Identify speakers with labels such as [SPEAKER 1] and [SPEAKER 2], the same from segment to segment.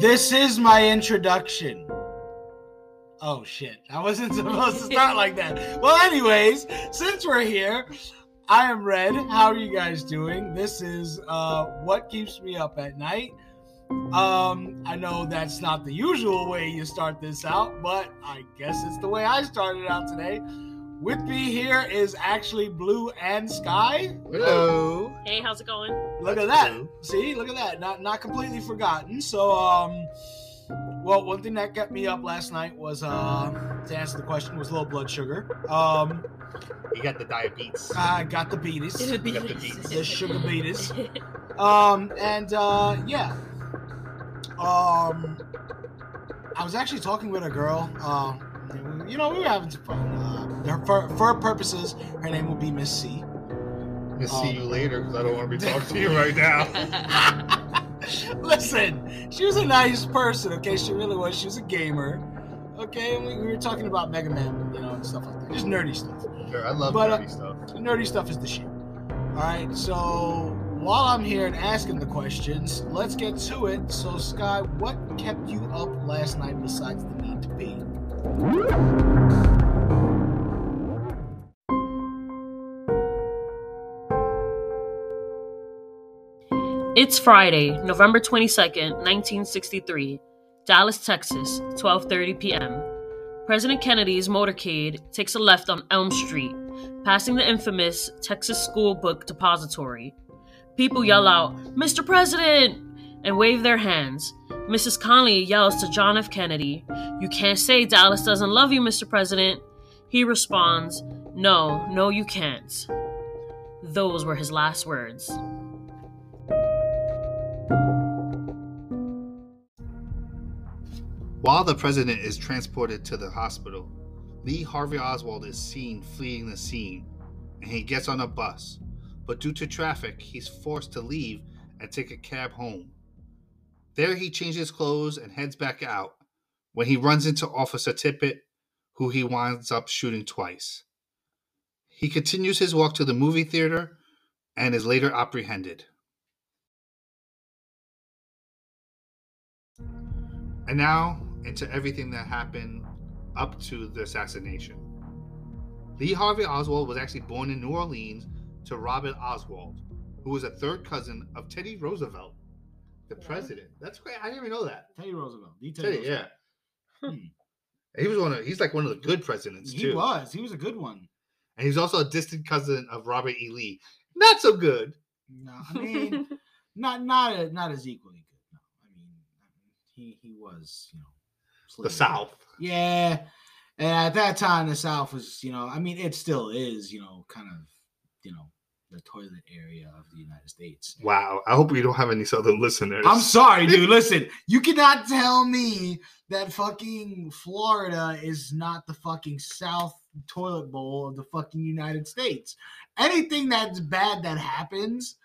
[SPEAKER 1] This is my introduction. Oh shit. I wasn't supposed to start like that. Well, anyways, since we're here, I am Red. How are you guys doing? This is uh what keeps me up at night. Um, I know that's not the usual way you start this out, but I guess it's the way I started out today. With me here is actually Blue and Sky.
[SPEAKER 2] Hello.
[SPEAKER 3] Hey, how's it going?
[SPEAKER 1] Look at that. See, look at that. Not not completely forgotten. So, um, well, one thing that kept me up last night was uh, to answer the question was low blood sugar. Um,
[SPEAKER 2] You got the diabetes.
[SPEAKER 1] I got the beatus,
[SPEAKER 2] got the beats.
[SPEAKER 1] the sugar beatus. Um, and uh, yeah, um, I was actually talking with a girl. Um, you know, we were having some fun. Uh, her- for, for her purposes, her name will be Miss C.
[SPEAKER 2] I'm gonna
[SPEAKER 1] um,
[SPEAKER 2] see you later because I don't want to be talking to you right now.
[SPEAKER 1] Listen, she was a nice person, okay? She really was. She was a gamer, okay? And we, we were talking about Mega Man, you know, and stuff like that. Just nerdy stuff.
[SPEAKER 2] Sure, I love
[SPEAKER 1] But, uh,
[SPEAKER 2] nerdy stuff.
[SPEAKER 1] The nerdy stuff is the shit. All right, so while I'm here and asking the questions, let's get to it. So, Sky, what kept you up last night besides the need to pee?
[SPEAKER 3] It's Friday, November 22nd, 1963, Dallas, Texas, 12:30 p.m. President Kennedy's motorcade takes a left on Elm Street, passing the infamous Texas School Book Depository. People yell out, "Mr. President!" and wave their hands. Mrs. Conley yells to John F. Kennedy, "You can't say Dallas doesn't love you, Mr. President." He responds, "No, no you can't." Those were his last words.
[SPEAKER 2] While the president is transported to the hospital, Lee Harvey Oswald is seen fleeing the scene, and he gets on a bus. But due to traffic, he's forced to leave and take a cab home. There, he changes clothes and heads back out when he runs into Officer Tippett, who he winds up shooting twice. He continues his walk to the movie theater and is later apprehended. And now into everything that happened up to the assassination. Lee Harvey Oswald was actually born in New Orleans to Robert Oswald, who was a third cousin of Teddy Roosevelt, the
[SPEAKER 3] Wow.
[SPEAKER 2] president. That's great. I didn't even know that.
[SPEAKER 1] Teddy Roosevelt. The
[SPEAKER 2] Teddy, yeah.
[SPEAKER 1] Hmm.
[SPEAKER 2] He was one of he's like one of the good presidents
[SPEAKER 1] He
[SPEAKER 2] too.
[SPEAKER 1] was. He was a good one.
[SPEAKER 2] And he's also a distant cousin of Robert E. Lee. Not so good.
[SPEAKER 1] No, I mean, not not a, not as equally good. No, I mean, he he was you know
[SPEAKER 2] The
[SPEAKER 1] slightly-
[SPEAKER 2] South.
[SPEAKER 1] Yeah, and at that time, the South was you know I mean it still is you know kind of you know the toilet area of the United States.
[SPEAKER 2] Wow. I hope we don't have any Southern listeners.
[SPEAKER 1] I'm sorry, dude. Listen, you cannot tell me that fucking Florida is not the fucking South toilet bowl of the fucking United States. Anything that's bad that happens,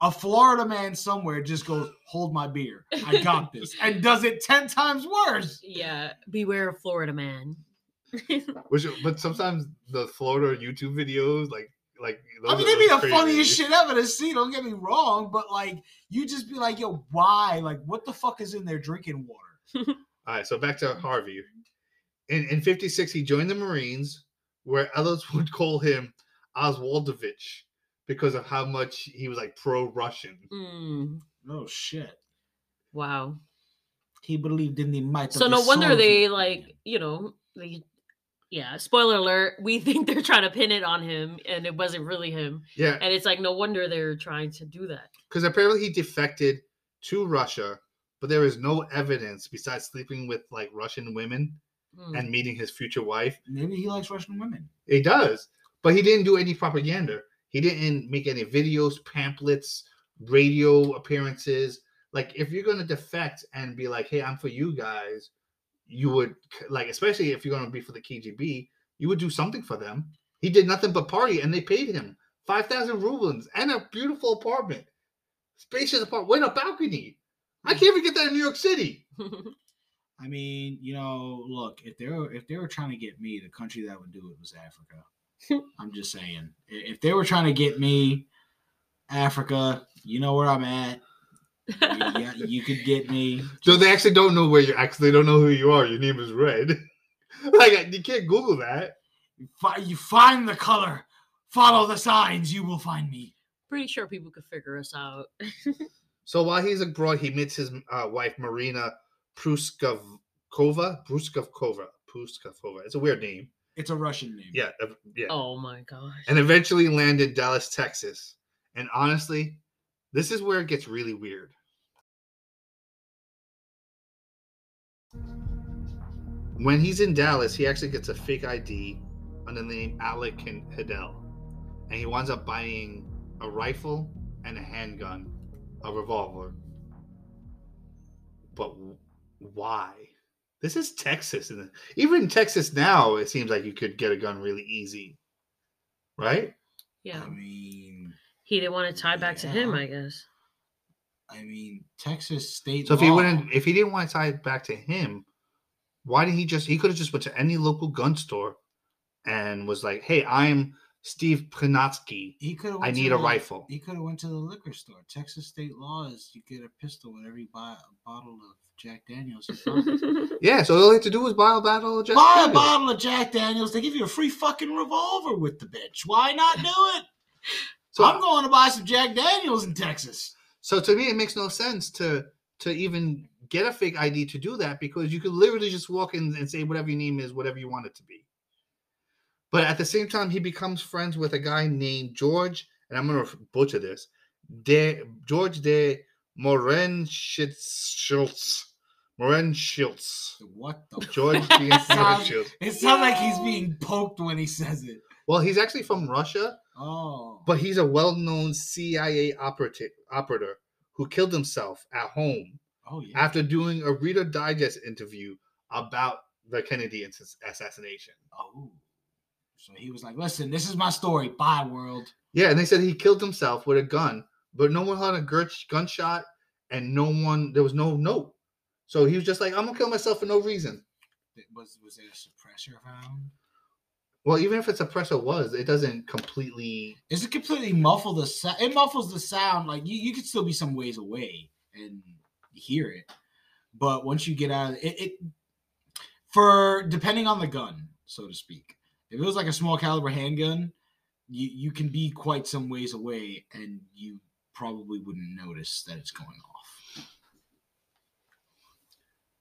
[SPEAKER 1] a Florida man somewhere just goes, "Hold my beer, I got this," and does it ten times worse.
[SPEAKER 3] Yeah, beware of Florida man.
[SPEAKER 2] Which, but sometimes the Florida YouTube videos, like, like
[SPEAKER 1] I mean,
[SPEAKER 2] are
[SPEAKER 1] it'd be the
[SPEAKER 2] those crazy.
[SPEAKER 1] funniest shit ever to see. Don't get me wrong, but like, you just be like, "Yo, why? Like, what the fuck is in their drinking water?"
[SPEAKER 2] All right, so back to Harvey. In in '56, he joined the Marines, where others would call him Oswaldovich because of how much he was like pro-Russian.
[SPEAKER 3] Mm,
[SPEAKER 1] Oh shit.
[SPEAKER 3] wow.
[SPEAKER 1] He believed in the might.
[SPEAKER 3] So
[SPEAKER 1] of
[SPEAKER 3] no
[SPEAKER 1] the
[SPEAKER 3] wonder
[SPEAKER 1] Soviet
[SPEAKER 3] they
[SPEAKER 1] Union.
[SPEAKER 3] like you know they. Yeah, spoiler alert. We think they're trying to pin it on him, and it wasn't really him.
[SPEAKER 2] Yeah,
[SPEAKER 3] And it's like no wonder they're trying to do that.
[SPEAKER 2] because apparently he defected to Russia, but there is no evidence besides sleeping with like Russian women
[SPEAKER 1] Hmm.
[SPEAKER 3] Mm.
[SPEAKER 2] and meeting his future wife.
[SPEAKER 1] maybe he likes Russian women.
[SPEAKER 2] He does, but he didn't do any propaganda. He didn't make any videos, pamphlets, radio appearances. Like, if you're gonna defect and be like, "Hey, I'm for you guys," you would c- like, especially if you're gonna be for the KGB, you would do something for them. He did nothing but party, and they paid him five thousand rubles and a beautiful apartment, spacious apartment with a balcony. I can't even get that in New York City.
[SPEAKER 1] I mean, you know, look if they were if they were trying to get me, the country that would do it was Africa. I'm just saying, I- if they were trying to get me, Africa, you know where I'm at.
[SPEAKER 3] Hmm.
[SPEAKER 1] yeah, you could get me.
[SPEAKER 2] So they actually don't know where you actually don't know who you are. Your name is Red. like you can't Google that.
[SPEAKER 1] Fi- You find the color, follow the signs, you will find me.
[SPEAKER 3] Pretty sure people could figure us out.
[SPEAKER 2] So while he's abroad, he meets his uh, wife Marina Pruskavkova. Pruskavkova. Pruskavkova. It's a weird name.
[SPEAKER 1] It's a Russian name.
[SPEAKER 2] Yeah, uh, yeah.
[SPEAKER 3] Oh my gosh.
[SPEAKER 2] and eventually land in Dallas, Texas. And honestly, this is where it gets really weird. When he's in Dallas, he actually gets a fake ID under the name Alec Hin- Hidell. And he winds up buying a rifle and a handgun, a revolver. But w- why? This is Texas. And even in Texas now, it seems like you could get a gun really easy. Right?
[SPEAKER 3] Yeah.
[SPEAKER 1] I mean,
[SPEAKER 3] He didn't want to tie back to him,
[SPEAKER 1] Um, Yeah.
[SPEAKER 3] I guess.
[SPEAKER 1] I mean, Texas state.
[SPEAKER 2] So if he
[SPEAKER 1] law-
[SPEAKER 2] wouldn't, if he didn't want to tie it back to him, why did he just? He could have just went to any local gun store, and was like, "Hey, I'm Steve Pranatsky.
[SPEAKER 1] he could.
[SPEAKER 2] I need a rifle."
[SPEAKER 1] He could have went to the liquor store. Texas state law is you get a pistol with every bo- bottle of Jack Daniels. you buy.
[SPEAKER 2] Yeah. So all he had to do was buy a bottle of Jack.
[SPEAKER 1] buy a
[SPEAKER 2] Daniels.
[SPEAKER 1] bottle of Jack Daniels. They give you a free fucking revolver with the bitch. Why not do it?
[SPEAKER 2] So,
[SPEAKER 1] I'm going to buy some Jack Daniels in Texas.
[SPEAKER 2] so to me, it makes no sense to to even get a fake ID to do that because you could literally just walk in and say whatever your name is, whatever you want it to be. But at the same time, he becomes friends with a guy named George, and I'm going to butcher this, de George de Moren Schultz. Moren Schultz.
[SPEAKER 1] What the?
[SPEAKER 2] George de Moren
[SPEAKER 1] Sounds-
[SPEAKER 2] Schultz.
[SPEAKER 1] It sounds like he's being poked when he says it.
[SPEAKER 2] Well, he's actually from Russia,
[SPEAKER 1] Oh,
[SPEAKER 2] but he's a well-known CIA operative, operator who killed himself at home
[SPEAKER 1] oh yeah.
[SPEAKER 2] after doing a Reader Digest interview about the Kennedy assass- assassination.
[SPEAKER 1] Oh. So he was like, listen, this is my story. Bye, world.
[SPEAKER 2] Yeah, and they said he killed himself with a gun, but no one heard a gur- gunshot, and no one there was no note. So he was just like, "I'm gonna kill myself for no reason."
[SPEAKER 1] Th- Was was there a suppressor found?
[SPEAKER 2] Well, even if it's a presser was, it doesn't completely.
[SPEAKER 1] Is it completely muffle the sound? It muffles the sound. Like you, you could still be some ways away and hear it, but once you get out, of it, it for depending on the gun, so to speak. If it was like a small caliber handgun, you you can be quite some ways away and you probably wouldn't notice that it's going off.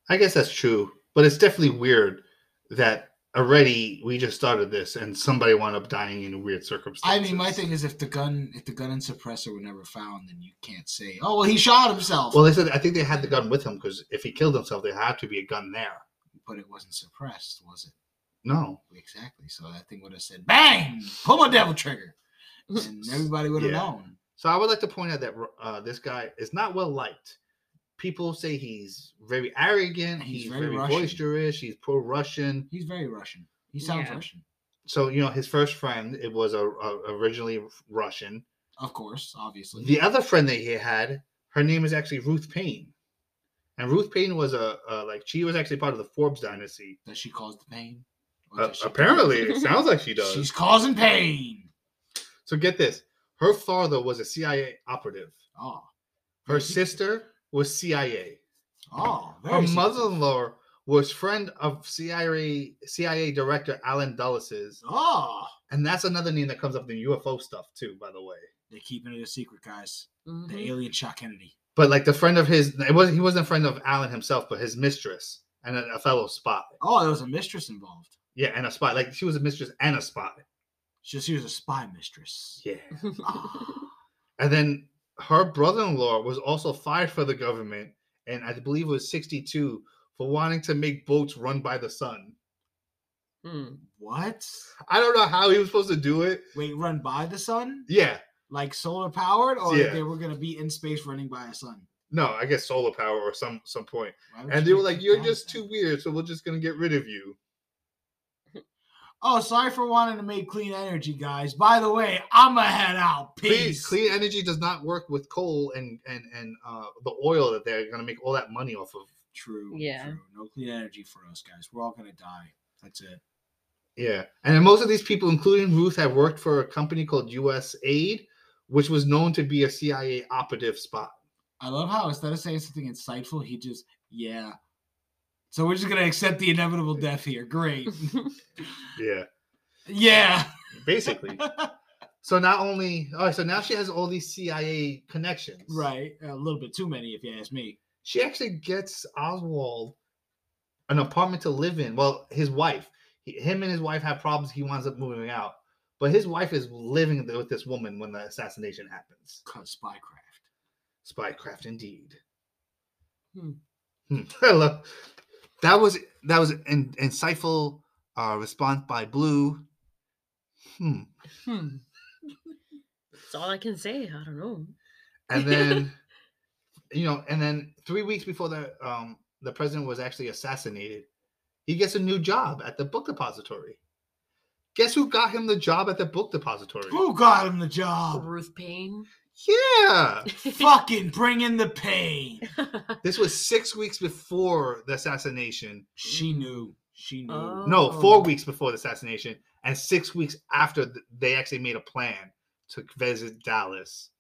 [SPEAKER 2] I guess that's true, but it's definitely weird that already we just started this and somebody wound up dying in weird
[SPEAKER 1] I
[SPEAKER 2] circumstances.
[SPEAKER 1] mean, my thing is if the gun if the gun and suppressor were never found, then you can't say, "Oh, well, he shot himself,"
[SPEAKER 2] Well, they said I think they had the gun with him because if he killed himself, there had to be a gun there.
[SPEAKER 1] but it wasn't suppressed, was it?
[SPEAKER 2] No,
[SPEAKER 1] Exactly. So that thing would have said, "Bang! Pull my devil trigger," and everybody would have
[SPEAKER 2] Yeah.
[SPEAKER 1] known.
[SPEAKER 2] So I would like to point out that uh, this guy is not well liked. People say he's very arrogant.
[SPEAKER 1] He's
[SPEAKER 2] He's,
[SPEAKER 1] very
[SPEAKER 2] very,
[SPEAKER 1] Russian.
[SPEAKER 2] boisterous. He's pro-Russian.
[SPEAKER 1] He's very Russian. He sounds
[SPEAKER 3] Yeah.
[SPEAKER 1] Russian,
[SPEAKER 2] So you know, his first friend it was a, a originally Russian.
[SPEAKER 1] of course, obviously.
[SPEAKER 2] The other friend that he had, her name is actually Ruth Payne, and Ruth Payne was a, a like she was actually part of the Forbes dynasty.
[SPEAKER 1] Does she cause the pain? Or
[SPEAKER 2] Uh,
[SPEAKER 1] does she-
[SPEAKER 2] apparently, it sounds like she does.
[SPEAKER 1] she's causing pain.
[SPEAKER 2] So get this: her father was a CIA operative.
[SPEAKER 1] Oh,
[SPEAKER 2] Her
[SPEAKER 1] Very secretive.
[SPEAKER 2] sister was CIA.
[SPEAKER 1] oh,
[SPEAKER 2] Her
[SPEAKER 1] very secretive.
[SPEAKER 2] mother-in-law was friend of CIA CIA director Alan Dulles,
[SPEAKER 1] Oh,
[SPEAKER 2] and that's another name that comes up in UFO stuff too, by the way.
[SPEAKER 1] they're keeping it a secret, guys. The
[SPEAKER 3] Mhm.
[SPEAKER 1] alien shot Kennedy.
[SPEAKER 2] But like the friend of his, it wasn't he wasn't a friend of Alan himself, but his mistress and a, a fellow spy.
[SPEAKER 1] Oh, there was a mistress involved.
[SPEAKER 2] Yeah, and a spy. Like she was a mistress and a spy.
[SPEAKER 1] She, she was a spy mistress.
[SPEAKER 2] Yeah.
[SPEAKER 1] Ah,
[SPEAKER 2] And then her brother-in-law was also fired for the government, and I believe it was '62 for wanting to make boats run by the sun.
[SPEAKER 3] Mm.
[SPEAKER 1] what?
[SPEAKER 2] I don't know how he was supposed to do it.
[SPEAKER 1] Wait, run by the sun?
[SPEAKER 2] Yeah.
[SPEAKER 1] Like solar powered, or
[SPEAKER 2] Yeah.
[SPEAKER 1] they were gonna be in space running by a sun?
[SPEAKER 2] No, I guess solar power or some some point.
[SPEAKER 1] Why would
[SPEAKER 2] and
[SPEAKER 1] you
[SPEAKER 2] they were
[SPEAKER 1] pick
[SPEAKER 2] like,
[SPEAKER 1] that
[SPEAKER 2] "You're
[SPEAKER 1] down
[SPEAKER 2] just
[SPEAKER 1] then?"
[SPEAKER 2] too weird, so we're just gonna get rid of you."
[SPEAKER 1] Oh, sorry for wanting to make clean energy, guys. By the way, I'ma head out.
[SPEAKER 2] Clean,
[SPEAKER 1] Peace.
[SPEAKER 2] clean energy does not work with coal and and and uh, the oil that they're gonna make all that money off of.
[SPEAKER 1] True.
[SPEAKER 3] Yeah.
[SPEAKER 1] True. No clean energy for us, guys. We're all gonna die. That's it.
[SPEAKER 2] Yeah, and then most of these people, including Ruth, have worked for a company called U.S. Aid, which was known to be a CIA operative spot.
[SPEAKER 1] I love how instead of saying something insightful, he just, yeah. So we're just going to accept the inevitable death here. Great.
[SPEAKER 3] Hmm.
[SPEAKER 2] Yeah,
[SPEAKER 1] yeah.
[SPEAKER 2] basically. so not only all right, so now she has all these CIA connections.
[SPEAKER 1] right. A little bit too many, if you ask me.
[SPEAKER 2] She actually gets Oswald an apartment to live in. Well, his wife, he, him and his wife have problems. He winds up moving out, but his wife is living with this woman when the assassination happens.
[SPEAKER 1] Cause spycraft.
[SPEAKER 2] Spycraft, indeed.
[SPEAKER 3] Hmm.
[SPEAKER 2] Hmm. I love that was that was an insightful uh, response by Blue. Hmm.
[SPEAKER 3] Hmm. That's all I can say. I don't know.
[SPEAKER 2] and then you know and then three weeks before the um the president was actually assassinated he gets a new job at the book depository guess who got him the job at the book depository
[SPEAKER 1] Who got him the job?
[SPEAKER 3] Ruth Payne.
[SPEAKER 2] yeah
[SPEAKER 1] Fucking bring in the pain.
[SPEAKER 2] this was six weeks before the assassination
[SPEAKER 1] She knew. She knew.
[SPEAKER 3] Oh.
[SPEAKER 2] no four
[SPEAKER 3] Oh.
[SPEAKER 2] weeks before the assassination and six weeks after th- they actually made a plan to visit dallas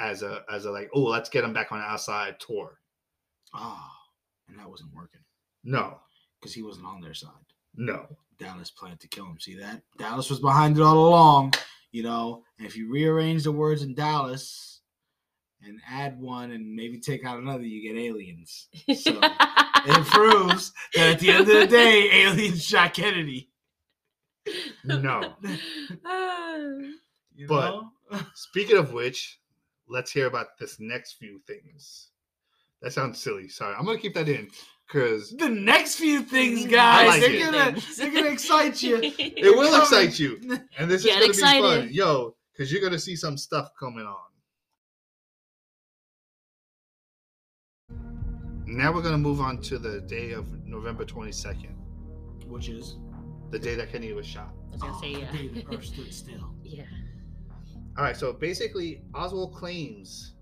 [SPEAKER 2] as a as a like oh let's get him back on an outside tour
[SPEAKER 1] Ah, and that wasn't working
[SPEAKER 2] no
[SPEAKER 1] because he wasn't on their side.
[SPEAKER 2] no
[SPEAKER 1] Dallas planned to kill him. See that? Dallas was behind it all along, you know. And if you rearrange the words in Dallas and add one and maybe take out another, you get aliens. So it proves that at the end of the day, aliens shot Kennedy.
[SPEAKER 2] no
[SPEAKER 3] Ah.
[SPEAKER 1] You
[SPEAKER 2] But-
[SPEAKER 1] know?
[SPEAKER 2] Speaking of which, let's hear about this next few things. That sounds silly. Sorry, I'm gonna keep that in because
[SPEAKER 1] the next few things,
[SPEAKER 2] I
[SPEAKER 1] guys,
[SPEAKER 2] like
[SPEAKER 1] they're
[SPEAKER 2] it.
[SPEAKER 1] gonna they're gonna excite you.
[SPEAKER 2] it will
[SPEAKER 1] Coming.
[SPEAKER 2] excite you, and this
[SPEAKER 3] Get
[SPEAKER 2] is gonna be fun,
[SPEAKER 3] excited.
[SPEAKER 2] yo. Because you're gonna see some stuff coming on. Now we're gonna move on to the day of November 22nd,
[SPEAKER 1] Which is
[SPEAKER 2] the day that Kennedy was shot.
[SPEAKER 3] I was gonna say
[SPEAKER 1] oh,
[SPEAKER 3] yeah.
[SPEAKER 1] the day the earth stood still.
[SPEAKER 3] yeah.
[SPEAKER 2] All right, so basically, Oswald claims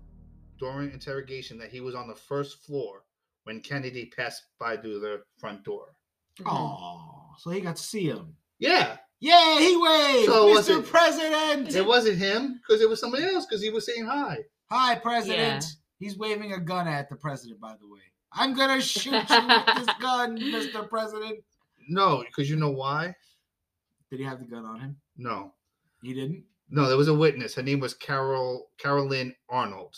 [SPEAKER 2] during interrogation that he was on the first floor when Kennedy passed by through the front door. Mm-hmm.
[SPEAKER 3] Mhm.
[SPEAKER 1] Oh, so he got to see him.
[SPEAKER 2] Yeah,
[SPEAKER 1] Yeah, he waved,
[SPEAKER 2] So was
[SPEAKER 1] Mr.
[SPEAKER 2] it-
[SPEAKER 1] President.
[SPEAKER 2] It wasn't him because it was somebody else because he was saying hi.
[SPEAKER 1] Hi, President. He's waving a gun at the president, by the way. I'm gonna shoot you with this gun, Mr. President.
[SPEAKER 2] No, because you know why?
[SPEAKER 1] Did he have the gun on him?
[SPEAKER 2] No,
[SPEAKER 1] He didn't.
[SPEAKER 2] no, there was a witness. Her name was Carol Carolyn Arnold,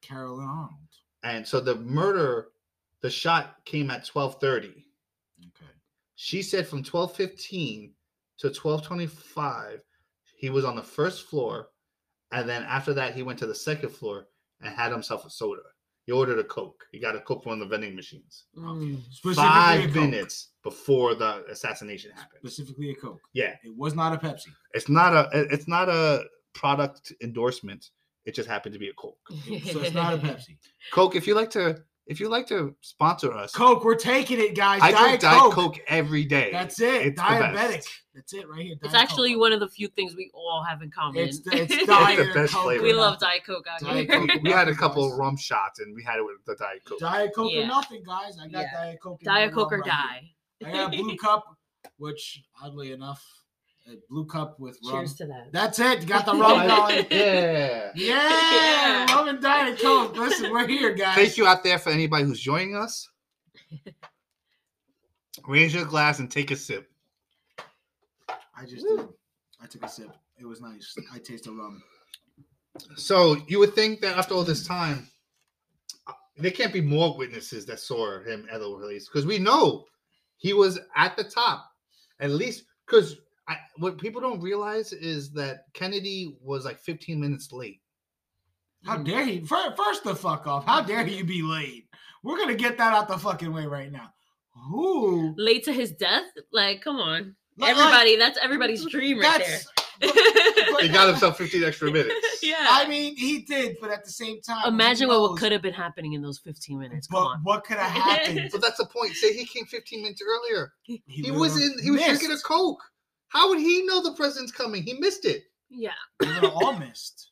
[SPEAKER 1] Carolyn Arnold.
[SPEAKER 2] and so the murder, the shot came at twelve thirty.
[SPEAKER 1] Okay.
[SPEAKER 2] She said from twelve fifteen to twelve twenty five, he was on the first floor, and then after that he went to the second floor and had himself a soda. He ordered a coke. He got a coke from one of the vending machines.
[SPEAKER 3] Mm.
[SPEAKER 1] Specifically a
[SPEAKER 2] Five
[SPEAKER 1] Coke.
[SPEAKER 2] minutes before the assassination happened.
[SPEAKER 1] Specifically a Coke.
[SPEAKER 2] Yeah.
[SPEAKER 1] It was not a Pepsi.
[SPEAKER 2] It's not a it- it's not a product endorsement. It just happened to be a Coke.
[SPEAKER 3] Mm-hmm.
[SPEAKER 1] So it's not a Pepsi.
[SPEAKER 2] Coke, if you like to if you like to sponsor us,
[SPEAKER 1] Coke, we're taking it, guys.
[SPEAKER 2] I
[SPEAKER 1] Diet
[SPEAKER 2] drink Diet Coke.
[SPEAKER 1] Coke.
[SPEAKER 2] every day.
[SPEAKER 1] That's it.
[SPEAKER 2] It's the
[SPEAKER 1] Diabetic.
[SPEAKER 2] best.
[SPEAKER 1] That's it right here.
[SPEAKER 3] It's
[SPEAKER 1] Diet
[SPEAKER 3] actually
[SPEAKER 1] Coke.
[SPEAKER 3] one of the few things we all have in common.
[SPEAKER 1] It's, the- it's
[SPEAKER 2] Diet
[SPEAKER 1] diet
[SPEAKER 2] the best
[SPEAKER 1] Coke.
[SPEAKER 2] flavor.
[SPEAKER 3] we
[SPEAKER 1] or
[SPEAKER 3] love
[SPEAKER 1] nothing.
[SPEAKER 3] Diet Coke out
[SPEAKER 1] Diet
[SPEAKER 3] here.
[SPEAKER 1] Coke.
[SPEAKER 2] We had a couple
[SPEAKER 1] Guys.
[SPEAKER 2] of rum shots and we had it with the Diet Coke.
[SPEAKER 1] Diet Coke
[SPEAKER 3] Yeah.
[SPEAKER 1] or nothing, guys. I got
[SPEAKER 3] Yeah.
[SPEAKER 1] Diet Coke. and
[SPEAKER 3] Diet
[SPEAKER 1] one
[SPEAKER 3] Coke or
[SPEAKER 1] rum right here.
[SPEAKER 3] die.
[SPEAKER 1] I got a blue cup, which oddly enough, a blue cup with rum.
[SPEAKER 3] Cheers to that.
[SPEAKER 1] That's it. Got the
[SPEAKER 2] Oh,
[SPEAKER 1] rum going.
[SPEAKER 2] I- yeah.
[SPEAKER 1] Yeah,
[SPEAKER 3] Yeah.
[SPEAKER 1] rum and diet coke. Listen, we're here, guys.
[SPEAKER 2] Thank you out there for anybody who's joining us. Raise your glass and take a sip.
[SPEAKER 1] I just did. I took a sip. It was nice. I taste the rum.
[SPEAKER 2] So you would think that after all this time, uh, there can't be more witnesses that saw him at the release because we know he was at the top, at least. Because what people don't realize is that Kennedy was like 15 minutes late.
[SPEAKER 1] How
[SPEAKER 3] Mm.
[SPEAKER 1] dare he? Fir- First the fuck off. How dare you be late? We're gonna get that out the fucking way right now. Who?
[SPEAKER 3] Mm-hmm. Late to his death? Like, come on.
[SPEAKER 1] Like-
[SPEAKER 3] Everybody, that's everybody's dream right
[SPEAKER 1] That's.
[SPEAKER 3] there.
[SPEAKER 2] He got himself 15 extra minutes.
[SPEAKER 3] yeah.
[SPEAKER 1] I mean, he did, but at the same time,
[SPEAKER 3] Imagine
[SPEAKER 1] who
[SPEAKER 3] what, what
[SPEAKER 1] knows?
[SPEAKER 3] could have been happening in those 15 minutes. Come
[SPEAKER 1] But
[SPEAKER 3] on.
[SPEAKER 1] what could have happened?
[SPEAKER 2] But that's the point. Say he came 15 minutes earlier. He was
[SPEAKER 1] literally
[SPEAKER 2] in. He was drinking
[SPEAKER 1] missed.
[SPEAKER 2] a coke. How would he know the president's coming? He missed it.
[SPEAKER 3] Yeah.
[SPEAKER 1] They would've all missed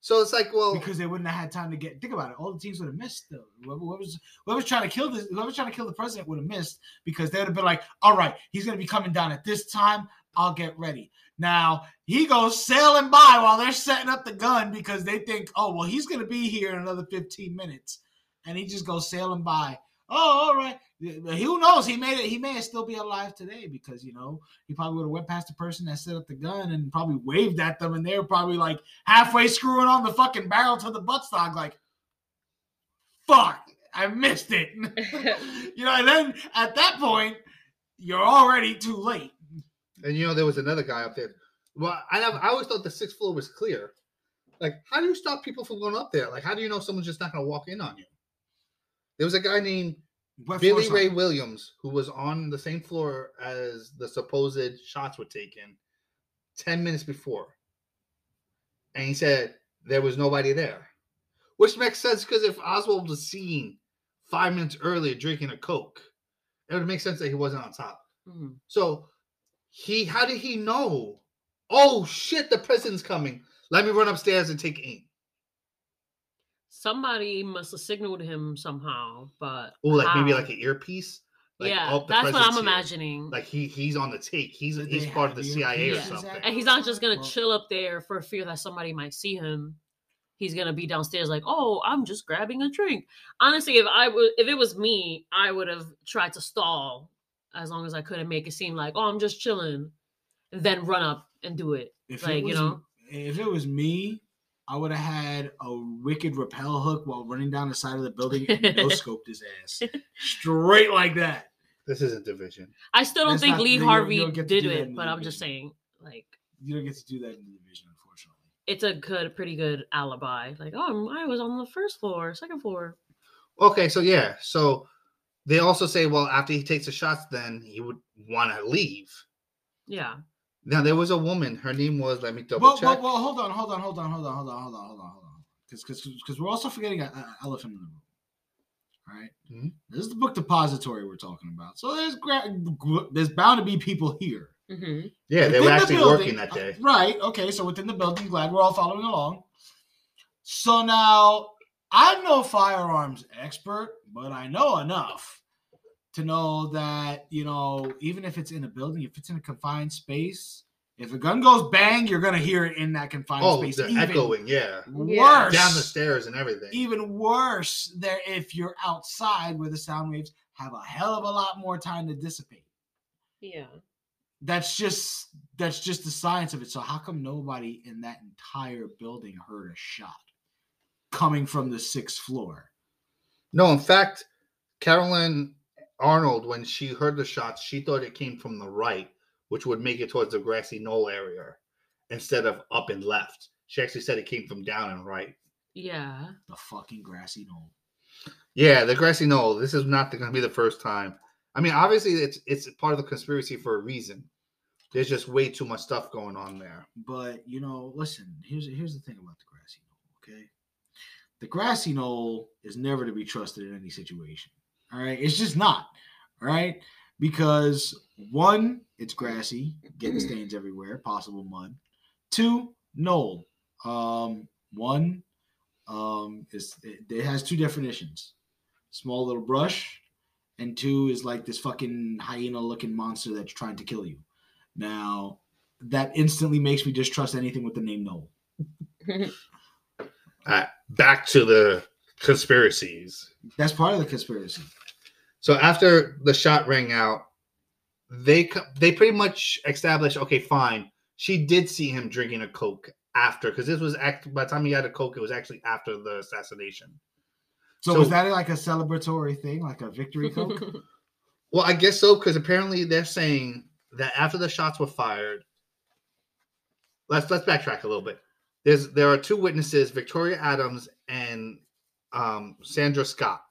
[SPEAKER 2] So it's like, well,
[SPEAKER 1] because they wouldn't have had time to get. Think about it. All the teams would have missed though. Whoever, whoever was whoever's trying to kill this, whoever's trying to kill the president would have missed because they would have been like, "All right, he's going to be coming down at this time. I'll get ready. Now he goes sailing by while they're setting up the gun because they think, oh, well, he's going to be here in another 15 minutes. And he just goes sailing by. Oh, all right. Who knows? He made it. He may still be alive today because you know he probably would have went past the person that set up the gun and probably waved at them, and they were probably like halfway screwing on the fucking barrel to the buttstock, like, "Fuck, I missed it." you know, and then at that point, you're already too late.
[SPEAKER 2] And you know, there was another guy up there. Well, I have, I always thought the sixth floor was clear. Like, how do you stop people from going up there? Like, how do you know someone's just not going to walk in on you? There was a guy named
[SPEAKER 1] What
[SPEAKER 2] Billy
[SPEAKER 1] floor's
[SPEAKER 2] Ray
[SPEAKER 1] on?
[SPEAKER 2] Williams who was on the same floor as the supposed shots were taken 10 minutes before. And he said there was nobody there, which makes sense because if Oswald was seen five minutes earlier drinking a Coke, it would make sense that he wasn't on top.
[SPEAKER 3] Mhm.
[SPEAKER 2] So he, how did he know? Oh shit, the president's coming. Let me run upstairs and take aim.
[SPEAKER 3] Somebody must have signaled him somehow, but
[SPEAKER 2] Oh, like maybe
[SPEAKER 3] how?
[SPEAKER 2] like an earpiece. Like,
[SPEAKER 3] yeah,
[SPEAKER 2] oh, the
[SPEAKER 3] that's what
[SPEAKER 2] president's
[SPEAKER 3] I'm
[SPEAKER 2] here.
[SPEAKER 3] imagining.
[SPEAKER 2] Like he he's on the take. He's
[SPEAKER 1] Did
[SPEAKER 2] he's
[SPEAKER 1] they
[SPEAKER 2] part of
[SPEAKER 1] have
[SPEAKER 2] the
[SPEAKER 1] the
[SPEAKER 2] CIA or
[SPEAKER 3] earpiece?
[SPEAKER 2] something.
[SPEAKER 1] Exactly.
[SPEAKER 3] and he's not just gonna
[SPEAKER 1] Well-
[SPEAKER 3] chill up there for fear that somebody might see him. He's gonna be downstairs like, oh, I'm just grabbing a drink. Honestly, if I would, if it was me, I would have tried to stall as long as I could and make it seem like, oh, I'm just chilling, and then run up and do it.
[SPEAKER 1] If
[SPEAKER 3] like,
[SPEAKER 1] it
[SPEAKER 3] you
[SPEAKER 1] was,
[SPEAKER 3] know?
[SPEAKER 1] if it was me, I would have had a wicked rappel hook while running down the side of the building and no scoped his ass straight like that.
[SPEAKER 2] This isn't division.
[SPEAKER 3] I still don't
[SPEAKER 1] That's
[SPEAKER 3] think
[SPEAKER 1] not-
[SPEAKER 3] Lee
[SPEAKER 1] you don't- you
[SPEAKER 3] Harvey
[SPEAKER 1] don't get to
[SPEAKER 3] did
[SPEAKER 1] do that in
[SPEAKER 3] it,
[SPEAKER 1] the
[SPEAKER 3] but I'm just
[SPEAKER 1] division.
[SPEAKER 3] saying, like,
[SPEAKER 1] You don't get to do that in the division, unfortunately.
[SPEAKER 3] it's a good, pretty good alibi. Like, oh, I was on the first floor, second floor.
[SPEAKER 2] Okay, so yeah, so they also say, well, after he takes the shots, then he would want to leave.
[SPEAKER 3] Yeah,
[SPEAKER 2] Now there was a woman. Her name was. Let me double
[SPEAKER 1] Well, well,
[SPEAKER 2] check.
[SPEAKER 1] well, hold on, hold on, hold on, hold on, hold on, hold on, hold on, hold on, because because we're also forgetting an elephant in the room. All right?
[SPEAKER 2] Mhm.
[SPEAKER 1] this is the book depository we're talking about. So there's gra- gr- there's bound to be people here.
[SPEAKER 3] mm-hmm.
[SPEAKER 2] yeah, they
[SPEAKER 1] Within
[SPEAKER 2] were
[SPEAKER 1] the
[SPEAKER 2] actually
[SPEAKER 1] building-
[SPEAKER 2] working that day.
[SPEAKER 1] uh, right. Okay. So within the building, glad we're all following along. So now I'm no firearms expert, but I know enough to know that, you know, even if it's in a building, if it's in a confined space, if a gun goes bang, you're going to hear it in that confined
[SPEAKER 2] Oh,
[SPEAKER 1] space.
[SPEAKER 2] the
[SPEAKER 1] even
[SPEAKER 2] echoing. Yeah,
[SPEAKER 3] Yeah.
[SPEAKER 1] Worse.
[SPEAKER 2] down the stairs and everything.
[SPEAKER 1] Even worse there if you're outside where the sound waves have a hell of a lot more time to dissipate
[SPEAKER 3] yeah.
[SPEAKER 1] that's just that's just the science of it. So how come nobody in that entire building heard a shot coming from the sixth floor?
[SPEAKER 2] No, in fact, Carolyn Arnold, when she heard the shots, she thought it came from the right, which would make it towards the grassy knoll area instead of up and left. She actually said it came from down and right.
[SPEAKER 3] Yeah.
[SPEAKER 1] The fucking grassy knoll.
[SPEAKER 2] Yeah, the grassy knoll. This is not going to be the first time. I mean, obviously, it's it's part of the conspiracy for a reason. There's just way too much stuff going on there.
[SPEAKER 1] But you know, listen, here's here's the thing about the grassy knoll, okay? The grassy knoll is never to be trusted in any situation. All right. It's just not. All right. Because one, it's grassy, getting stains everywhere, possible mud. Two, knoll. Um, one um is it, it has two definitions. Small little brush, and two is like this fucking hyena looking monster that's trying to kill you. Now that instantly makes me distrust anything with the name Knoll.
[SPEAKER 2] Back to the conspiracies.
[SPEAKER 1] That's part of the conspiracy.
[SPEAKER 2] So after the shot rang out, they co- they pretty much established. Okay, fine. She did see him drinking a coke after, because this was act. By the time he had a coke, it was actually after the assassination.
[SPEAKER 1] So,
[SPEAKER 2] So-
[SPEAKER 1] was that like a celebratory thing, like a victory coke?
[SPEAKER 2] Well, I guess so, because apparently they're saying that after the shots were fired, let's let's backtrack a little bit. There's there are two witnesses, Victoria Adams and um, Sandra Scott.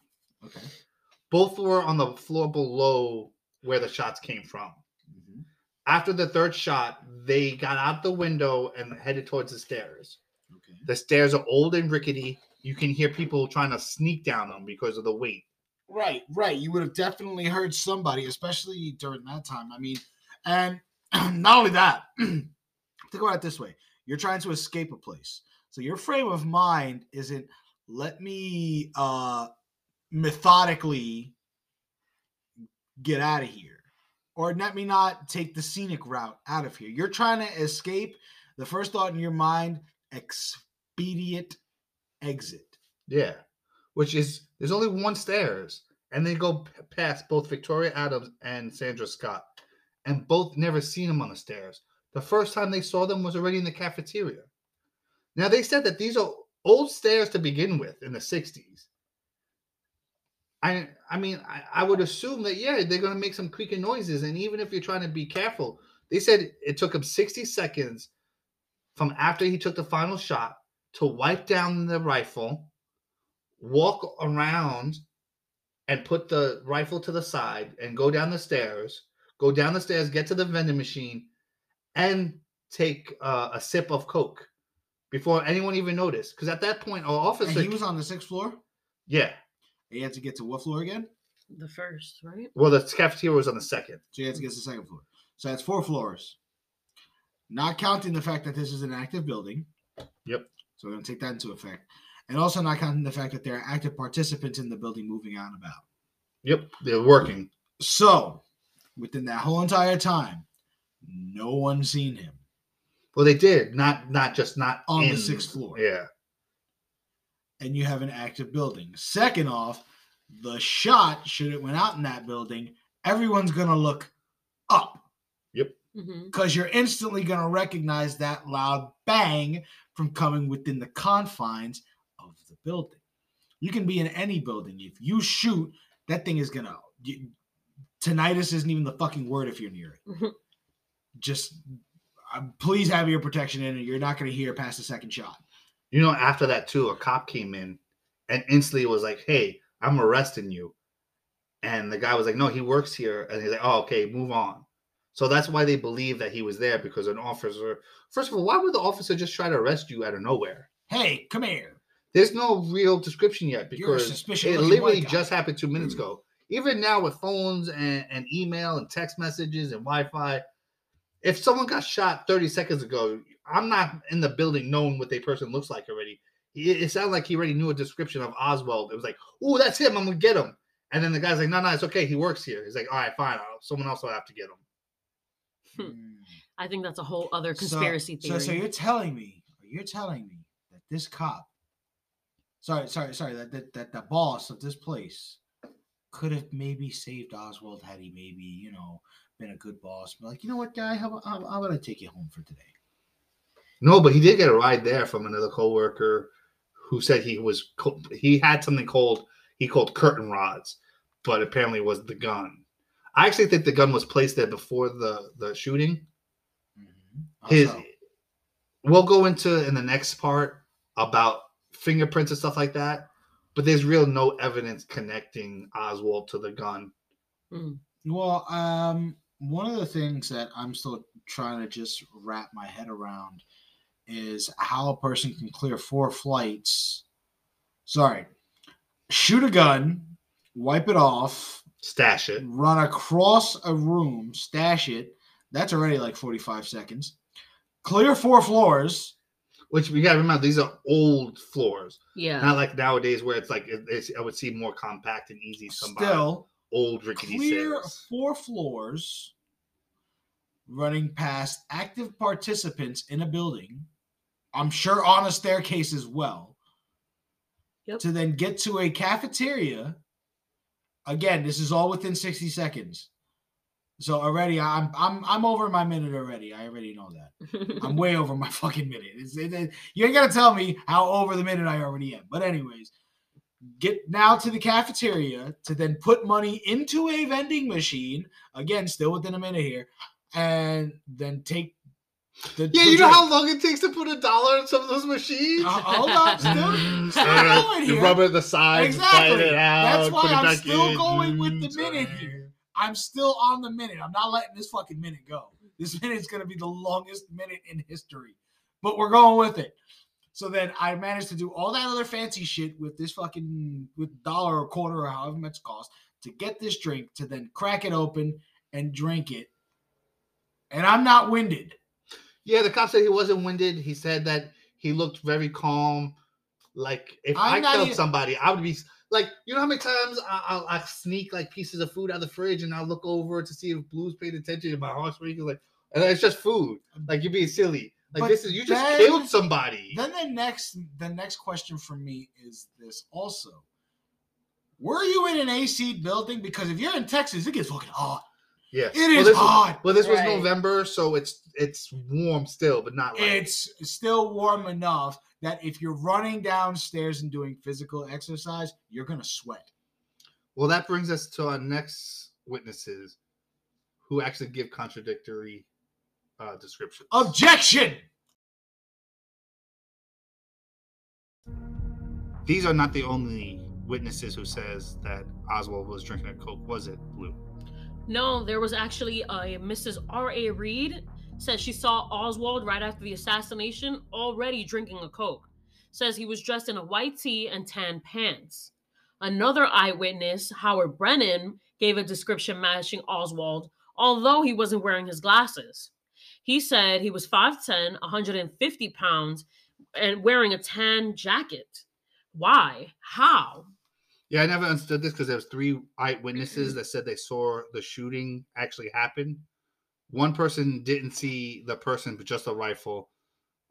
[SPEAKER 1] okay.
[SPEAKER 2] Both were on the floor below where the shots came from.
[SPEAKER 1] Mhm.
[SPEAKER 2] After the third shot, they got out the window and headed towards the stairs.
[SPEAKER 1] Okay.
[SPEAKER 2] The stairs are old and rickety. You can hear people trying to sneak down them because of the weight.
[SPEAKER 1] Right, right. You would have definitely heard somebody, especially during that time. I mean, and not only that, think about it this way you're trying to escape a place. So your frame of mind isn't, let me uh, methodically get out of here. or let me not take the scenic route out of here. You're trying to escape. The first thought in your mind, expedient exit.
[SPEAKER 2] Yeah, which is there's only one stairs, and they go p- past both Victoria Adams and Sandra Scott, and both never seen them on the stairs. The first time they saw them was already in the cafeteria. Now they said that these are old stairs to begin with in the '60s. I I mean I, I would assume that yeah they're gonna make some creaking noises, and even if you're trying to be careful, they said it took him 60 seconds from after he took the final shot to wipe down the rifle walk around and put the rifle to the side and go down the stairs, go down the stairs, get to the vending machine, and take uh, a sip of Coke before anyone even noticed. Because at that point, our
[SPEAKER 1] And
[SPEAKER 2] officer.
[SPEAKER 1] he was on the sixth floor.
[SPEAKER 2] yeah.
[SPEAKER 1] You had to get to what floor again?
[SPEAKER 3] The first, right?
[SPEAKER 2] Well, the cafeteria was on the second.
[SPEAKER 1] So you had to get to the second floor. So that's four floors. Not counting the fact that this is an active building.
[SPEAKER 2] Yep.
[SPEAKER 1] So we're going to take that into effect. And also not counting the fact that there are active participants in the building moving on about.
[SPEAKER 2] Yep. They're working.
[SPEAKER 1] So within that whole entire time, no one seen him
[SPEAKER 2] Well, they did. Not not just not
[SPEAKER 1] on
[SPEAKER 2] in-
[SPEAKER 1] the sixth floor.
[SPEAKER 2] Yeah.
[SPEAKER 1] And you have an active building. Second off, the shot, should it went out in that building, everyone's going to look up.
[SPEAKER 3] Mm-hmm.
[SPEAKER 1] because you're instantly going to recognize that loud bang from coming within the confines of the building. You can be in any building. If you shoot, that thing is going to. Tinnitus isn't even the fucking word if you're near it.
[SPEAKER 3] Mhm.
[SPEAKER 1] Just uh, please have your protection in, and you're not going to hear past the second shot.
[SPEAKER 2] You know, after that too, a cop came in and instantly was like, "Hey, I'm arresting you." And the guy was like, "No, he works here." And he's like, "Oh, okay, move on." So that's why they believe that he was there because an officer. First of all, why would the officer just try to arrest you out of nowhere?
[SPEAKER 1] Hey, come here.
[SPEAKER 2] There's no real description yet
[SPEAKER 1] You're a
[SPEAKER 2] because
[SPEAKER 1] suspicious.
[SPEAKER 2] it
[SPEAKER 1] looking white
[SPEAKER 2] literally
[SPEAKER 1] guy.
[SPEAKER 2] just happened two minutes ago. Even now, with phones and, and email and text messages and Wi-Fi, if someone got shot 30 seconds ago, I'm not in the building knowing what they person looks like already. It, it sounded like he already knew a description of Oswald. It was like, "Oh, that's him. I'm gonna get him." And then the guy's like, "No, no, it's okay. He works here." He's like, "All right, fine. I'll, someone else will have to get him."
[SPEAKER 3] Hmm.
[SPEAKER 1] Mm.
[SPEAKER 3] I think that's a whole other
[SPEAKER 1] So-
[SPEAKER 3] conspiracy
[SPEAKER 1] so,
[SPEAKER 3] theory.
[SPEAKER 1] So, you're telling me, you're telling me that this cop, sorry, sorry, sorry, that that, that the boss of this place could have maybe saved Oswald had he maybe you know been a good boss. But like, you know what, guy, how, I'm, I'm gonna take you home for today.
[SPEAKER 2] No, but he did get a ride there from another coworker who said he was co- he had something called he called curtain rods, but apparently it was the gun. I actually think the gun was placed there before the the shooting.
[SPEAKER 1] How
[SPEAKER 2] His
[SPEAKER 1] Oh, so?
[SPEAKER 2] we'll go into in the next part about fingerprints and stuff like that, but there's real no evidence connecting Oswald to the gun.
[SPEAKER 3] Mm.
[SPEAKER 1] Well, um, one of the things that I'm still trying to just wrap my head around is how a person can clear four flights. Sorry, shoot a gun, wipe it off,
[SPEAKER 2] Stash it.
[SPEAKER 1] run across a room, stash it. That's already like 45 seconds. Clear four floors.
[SPEAKER 2] Which we gotta remember, these are old floors,
[SPEAKER 3] Yeah.
[SPEAKER 2] not like nowadays where it's like it, it's, I would see more compact and easy. to come by.
[SPEAKER 1] Still,
[SPEAKER 2] old rickety
[SPEAKER 1] clear
[SPEAKER 2] stairs.
[SPEAKER 1] four floors running past active participants in a building i'm sure on a staircase as well
[SPEAKER 3] Yep.
[SPEAKER 1] to then get to a cafeteria again this is all within 60 seconds so already i'm i'm i'm over my minute already i already know that I'm way over my fucking minute. It's, it, it- you ain't gotta tell me how over the minute I already am. But anyways, get now to the cafeteria to then put money into a vending machine again, still within a minute here, and then take the.
[SPEAKER 2] Yeah,
[SPEAKER 1] the
[SPEAKER 2] you know
[SPEAKER 1] drink.
[SPEAKER 2] how long it takes to put a dollar in some of those machines?
[SPEAKER 1] Uh, hold on, still,
[SPEAKER 2] Mm,
[SPEAKER 1] still
[SPEAKER 2] uh,
[SPEAKER 1] going
[SPEAKER 2] you
[SPEAKER 1] here.
[SPEAKER 2] rub it at the side,
[SPEAKER 1] Exactly.
[SPEAKER 2] bite it out,
[SPEAKER 1] That's why
[SPEAKER 2] put it
[SPEAKER 1] I'm
[SPEAKER 2] back
[SPEAKER 1] still
[SPEAKER 2] in.
[SPEAKER 1] going with the
[SPEAKER 2] Mm,
[SPEAKER 1] minute
[SPEAKER 2] sorry.
[SPEAKER 1] here. I'm still on the minute. I'm not letting this fucking minute go. This minute's going to be the longest minute in history, but we're going with it. So then I managed to do all that other fancy shit with this fucking with dollar or quarter or however much it costs to get this drink to then crack it open and drink it. And I'm not winded.
[SPEAKER 2] Yeah, the cop said he wasn't winded. He said that he looked very calm. Like if
[SPEAKER 1] I'm
[SPEAKER 2] i
[SPEAKER 1] not e-
[SPEAKER 2] killed
[SPEAKER 1] even-
[SPEAKER 2] somebody, I would be Like, you know how many times I, I'll, I'll sneak like pieces of food out of the fridge and I'll look over to see if Blue's paid attention to my heart's racing. Like, and it's just food. Like, you're being silly. Like,
[SPEAKER 1] Mm. But
[SPEAKER 2] this is, you just
[SPEAKER 1] then-
[SPEAKER 2] killed somebody.
[SPEAKER 1] Then the next the next question for me is this also. Were you in an AC building? Because if you're in Texas, it gets fucking hot.
[SPEAKER 2] yeah.
[SPEAKER 1] It is
[SPEAKER 2] this was-
[SPEAKER 1] hot.
[SPEAKER 2] well, this was
[SPEAKER 3] Right.
[SPEAKER 2] November, so it's it's warm still, but not like
[SPEAKER 1] It's still warm enough that if you're running downstairs and doing physical exercise, you're gonna sweat.
[SPEAKER 2] Well, that brings us to our next witnesses who actually give contradictory uh, descriptions.
[SPEAKER 1] Objection!
[SPEAKER 2] These are not the only witnesses who says that Oswald was drinking a Coke. Was it blue?
[SPEAKER 3] No, there was actually a Mrs. R.A. Reed says she saw Oswald right after the assassination already drinking a Coke. Says he was dressed in a white tee and tan pants. Another eyewitness, Howard Brennan, gave a description matching Oswald, although he wasn't wearing his glasses. He said he was 5'10, 150 pounds, and wearing a tan jacket. Why? How?
[SPEAKER 2] Yeah, I never understood this because there was three eyewitnesses that said they saw the shooting actually happen. One person didn't see the person, but just the rifle.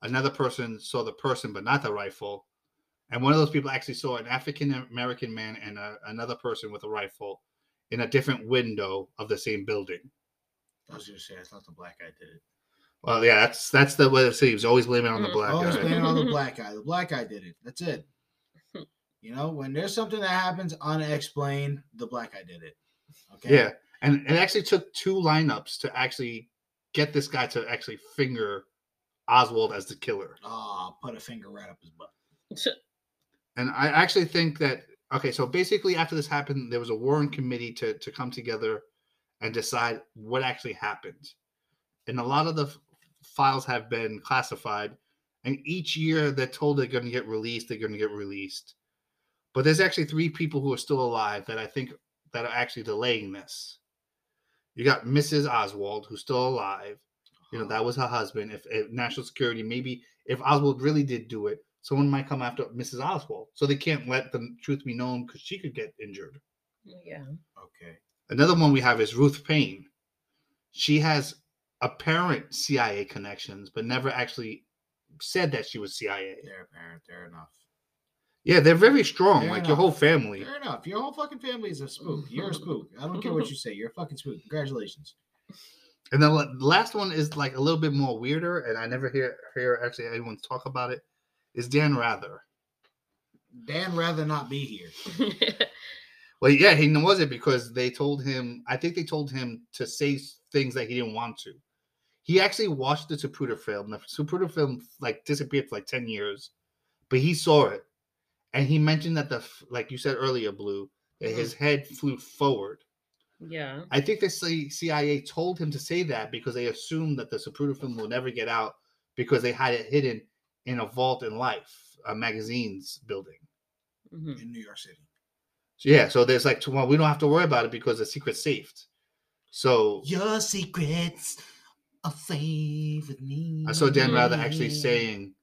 [SPEAKER 2] Another person saw the person, but not the rifle. And one of those people actually saw an African American man and a, another person with a rifle in a different window of the same building.
[SPEAKER 1] I was gonna say I thought the black guy did it.
[SPEAKER 2] Well, yeah, that's that's the way they say he was always blaming on the
[SPEAKER 3] Mm.
[SPEAKER 2] black
[SPEAKER 1] Always
[SPEAKER 2] guy.
[SPEAKER 3] blaming-
[SPEAKER 1] blaming on the black guy. The black guy did it. That's it.
[SPEAKER 3] Hmm.
[SPEAKER 1] You know, when there's something that happens unexplained, the black guy did it. Okay.
[SPEAKER 2] Yeah, and it actually took two lineups to actually get this guy to actually finger Oswald as the killer.
[SPEAKER 1] Ah, put a finger right up his butt.
[SPEAKER 2] And I actually think that okay, so basically after this happened, there was a Warren committee to to come together and decide what actually happened. And a lot of the f- files have been classified, and each year they're told they're going to get released. They're going to get released, but there's actually three people who are still alive that I think that are actually delaying this. You got Mrs. Oswald, who's still alive. You know that was her husband. If, if national security, maybe if Oswald really did do it, someone might come after Mrs. Oswald. So they can't let the truth be known because she could get injured.
[SPEAKER 3] Yeah.
[SPEAKER 1] Okay.
[SPEAKER 2] Another one we have is Ruth Payne. She has apparent CIA connections, but never actually said that she was CIA.
[SPEAKER 1] They're apparent. They're enough.
[SPEAKER 2] Yeah, they're very strong,
[SPEAKER 1] Fair
[SPEAKER 2] like your whole
[SPEAKER 1] enough.
[SPEAKER 2] family.
[SPEAKER 1] Fair enough. Your whole fucking family is a spook. You're a spook. I don't care what you say. You're a fucking spook. Congratulations.
[SPEAKER 2] And then la- the last one is like a little bit more weirder, and I never hear hear actually anyone talk about it. Is Dan Rather?
[SPEAKER 1] Dan rather not be here.
[SPEAKER 2] Well, yeah, he was it because they told him. I think they told him to say s- things that he didn't want to. He actually watched the Zapruder film. The Zapruder film like disappeared for like ten years, but he saw it, and he mentioned that the f- like you said earlier, Blue, that his head flew forward.
[SPEAKER 3] yeah.
[SPEAKER 2] I think the C- CIA told him to say that because they assumed that the Zapruder film will never get out because they had it hidden in a vault in Life, a magazine's building.
[SPEAKER 3] hmm
[SPEAKER 1] In New York City.
[SPEAKER 2] So yeah, so there's like, well, we don't have to worry about it because the secret's safe. So
[SPEAKER 1] Your secrets are safe with me.
[SPEAKER 2] I saw Dan Rather actually saying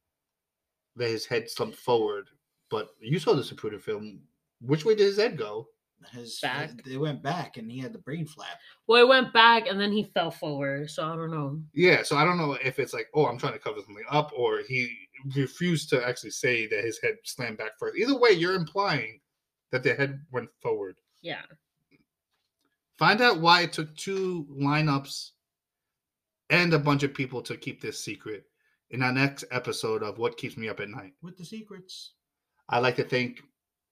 [SPEAKER 2] that his head slumped forward. But you saw the Zapruder film. Which way did his head go?
[SPEAKER 1] his
[SPEAKER 3] Back.
[SPEAKER 1] uh, They went back, and he had the brain flap.
[SPEAKER 3] Well, it went back and then he fell forward, so I don't know.
[SPEAKER 2] Yeah, so I don't know if it's like, oh, I'm trying to cover something up, or he refused to actually say that his head slammed back first. Either way, you're implying that the head went forward.
[SPEAKER 3] Yeah.
[SPEAKER 2] Find out why it took two lineups and a bunch of people to keep this secret in our next episode of What Keeps Me Up at Night.
[SPEAKER 1] With the secrets.
[SPEAKER 2] I'd like to thank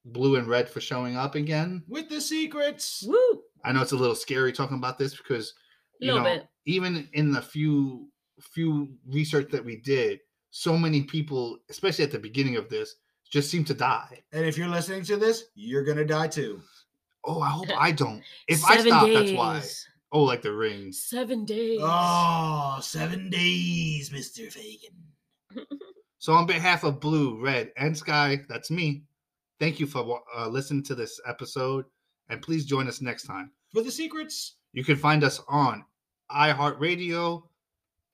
[SPEAKER 2] Blue and Red for showing up again.
[SPEAKER 1] With the secrets.
[SPEAKER 3] Woo!
[SPEAKER 2] I know it's a little scary talking about this because
[SPEAKER 3] A
[SPEAKER 2] you
[SPEAKER 3] little
[SPEAKER 2] know
[SPEAKER 3] bit.
[SPEAKER 2] even in the few few research that we did, so many people, especially at the beginning of this, just seem to die.
[SPEAKER 1] And if you're listening to this, you're gonna die too.
[SPEAKER 2] Oh, I hope I don't. If I stop, that's why. Oh, like the ring.
[SPEAKER 3] Seven days.
[SPEAKER 1] Oh, seven days, Mr. Fagan.
[SPEAKER 2] So on behalf of Blue, Red, and Sky, that's me. Thank you for wa- uh, listening to this episode, and please join us next time.
[SPEAKER 1] For the secrets.
[SPEAKER 2] You can find us on iHeartRadio,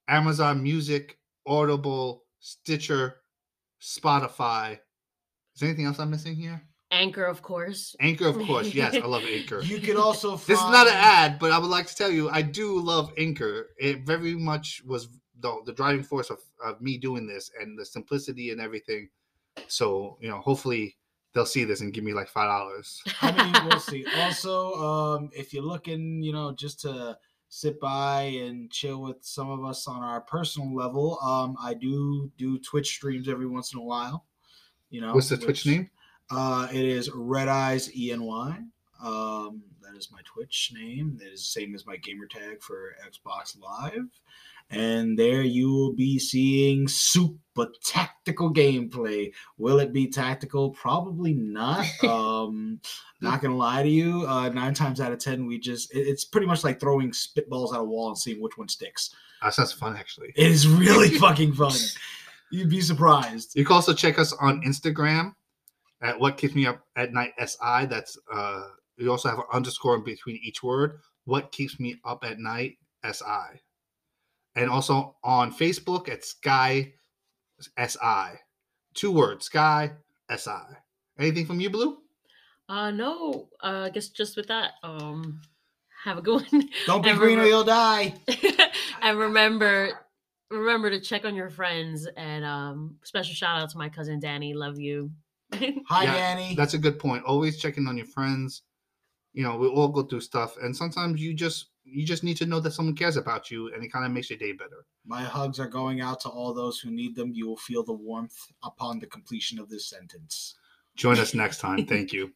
[SPEAKER 2] Amazon Music, Audible, Stitcher, Spotify. Is there anything else I'm missing here?
[SPEAKER 3] Anchor, of course.
[SPEAKER 2] Anchor, of course. Yes, I love Anchor.
[SPEAKER 1] You can also find
[SPEAKER 2] This is not an ad, but I would like to tell you I do love Anchor. It very much was the, the driving force of, of me doing this and the simplicity and everything. So, you know, hopefully they'll see this and give me like $5.
[SPEAKER 1] I mean, we'll see. Also, um, if you're looking, you know, just to sit by and chill with some of us on our personal level, um, I do do Twitch streams every once in a while. You know,
[SPEAKER 2] What's the
[SPEAKER 1] which-
[SPEAKER 2] Twitch name?
[SPEAKER 1] Uh, it is Red Eyes E N Y. Um, that is my Twitch name. That is same as my gamer tag for Xbox Live. And there you will be seeing super tactical gameplay. Will it be tactical? Probably not. Um, not gonna lie to you. Uh, nine times out of ten, we just it- it's pretty much like throwing spitballs at a wall and seeing which one sticks.
[SPEAKER 2] That Uh, sounds fun, actually.
[SPEAKER 1] It is really fucking fun. You'd be surprised.
[SPEAKER 2] You can also check us on Instagram at what keeps me up at night SI. That's uh we also have an underscore in between each word. What keeps me up at night SI. And also on Facebook at Sky SI. Two words, Sky SI. Anything from you, Blue?
[SPEAKER 3] Uh no, uh, I guess just with that, um have a good one.
[SPEAKER 1] Don't be
[SPEAKER 3] And
[SPEAKER 1] green or
[SPEAKER 3] remember-
[SPEAKER 1] you'll die.
[SPEAKER 3] and remember remember to check on your friends and um special shout out to my cousin Danny. Love you.
[SPEAKER 1] Hi,
[SPEAKER 2] Yeah,
[SPEAKER 1] Danny.
[SPEAKER 2] That's a good point. Always checking on your friends. You know, we all go through stuff, and sometimes you just you just need to know that someone cares about you, and it kind of makes your day better.
[SPEAKER 1] My hugs are going out to all those who need them. You will feel the warmth upon the completion of this sentence.
[SPEAKER 2] Join us next time. Thank you.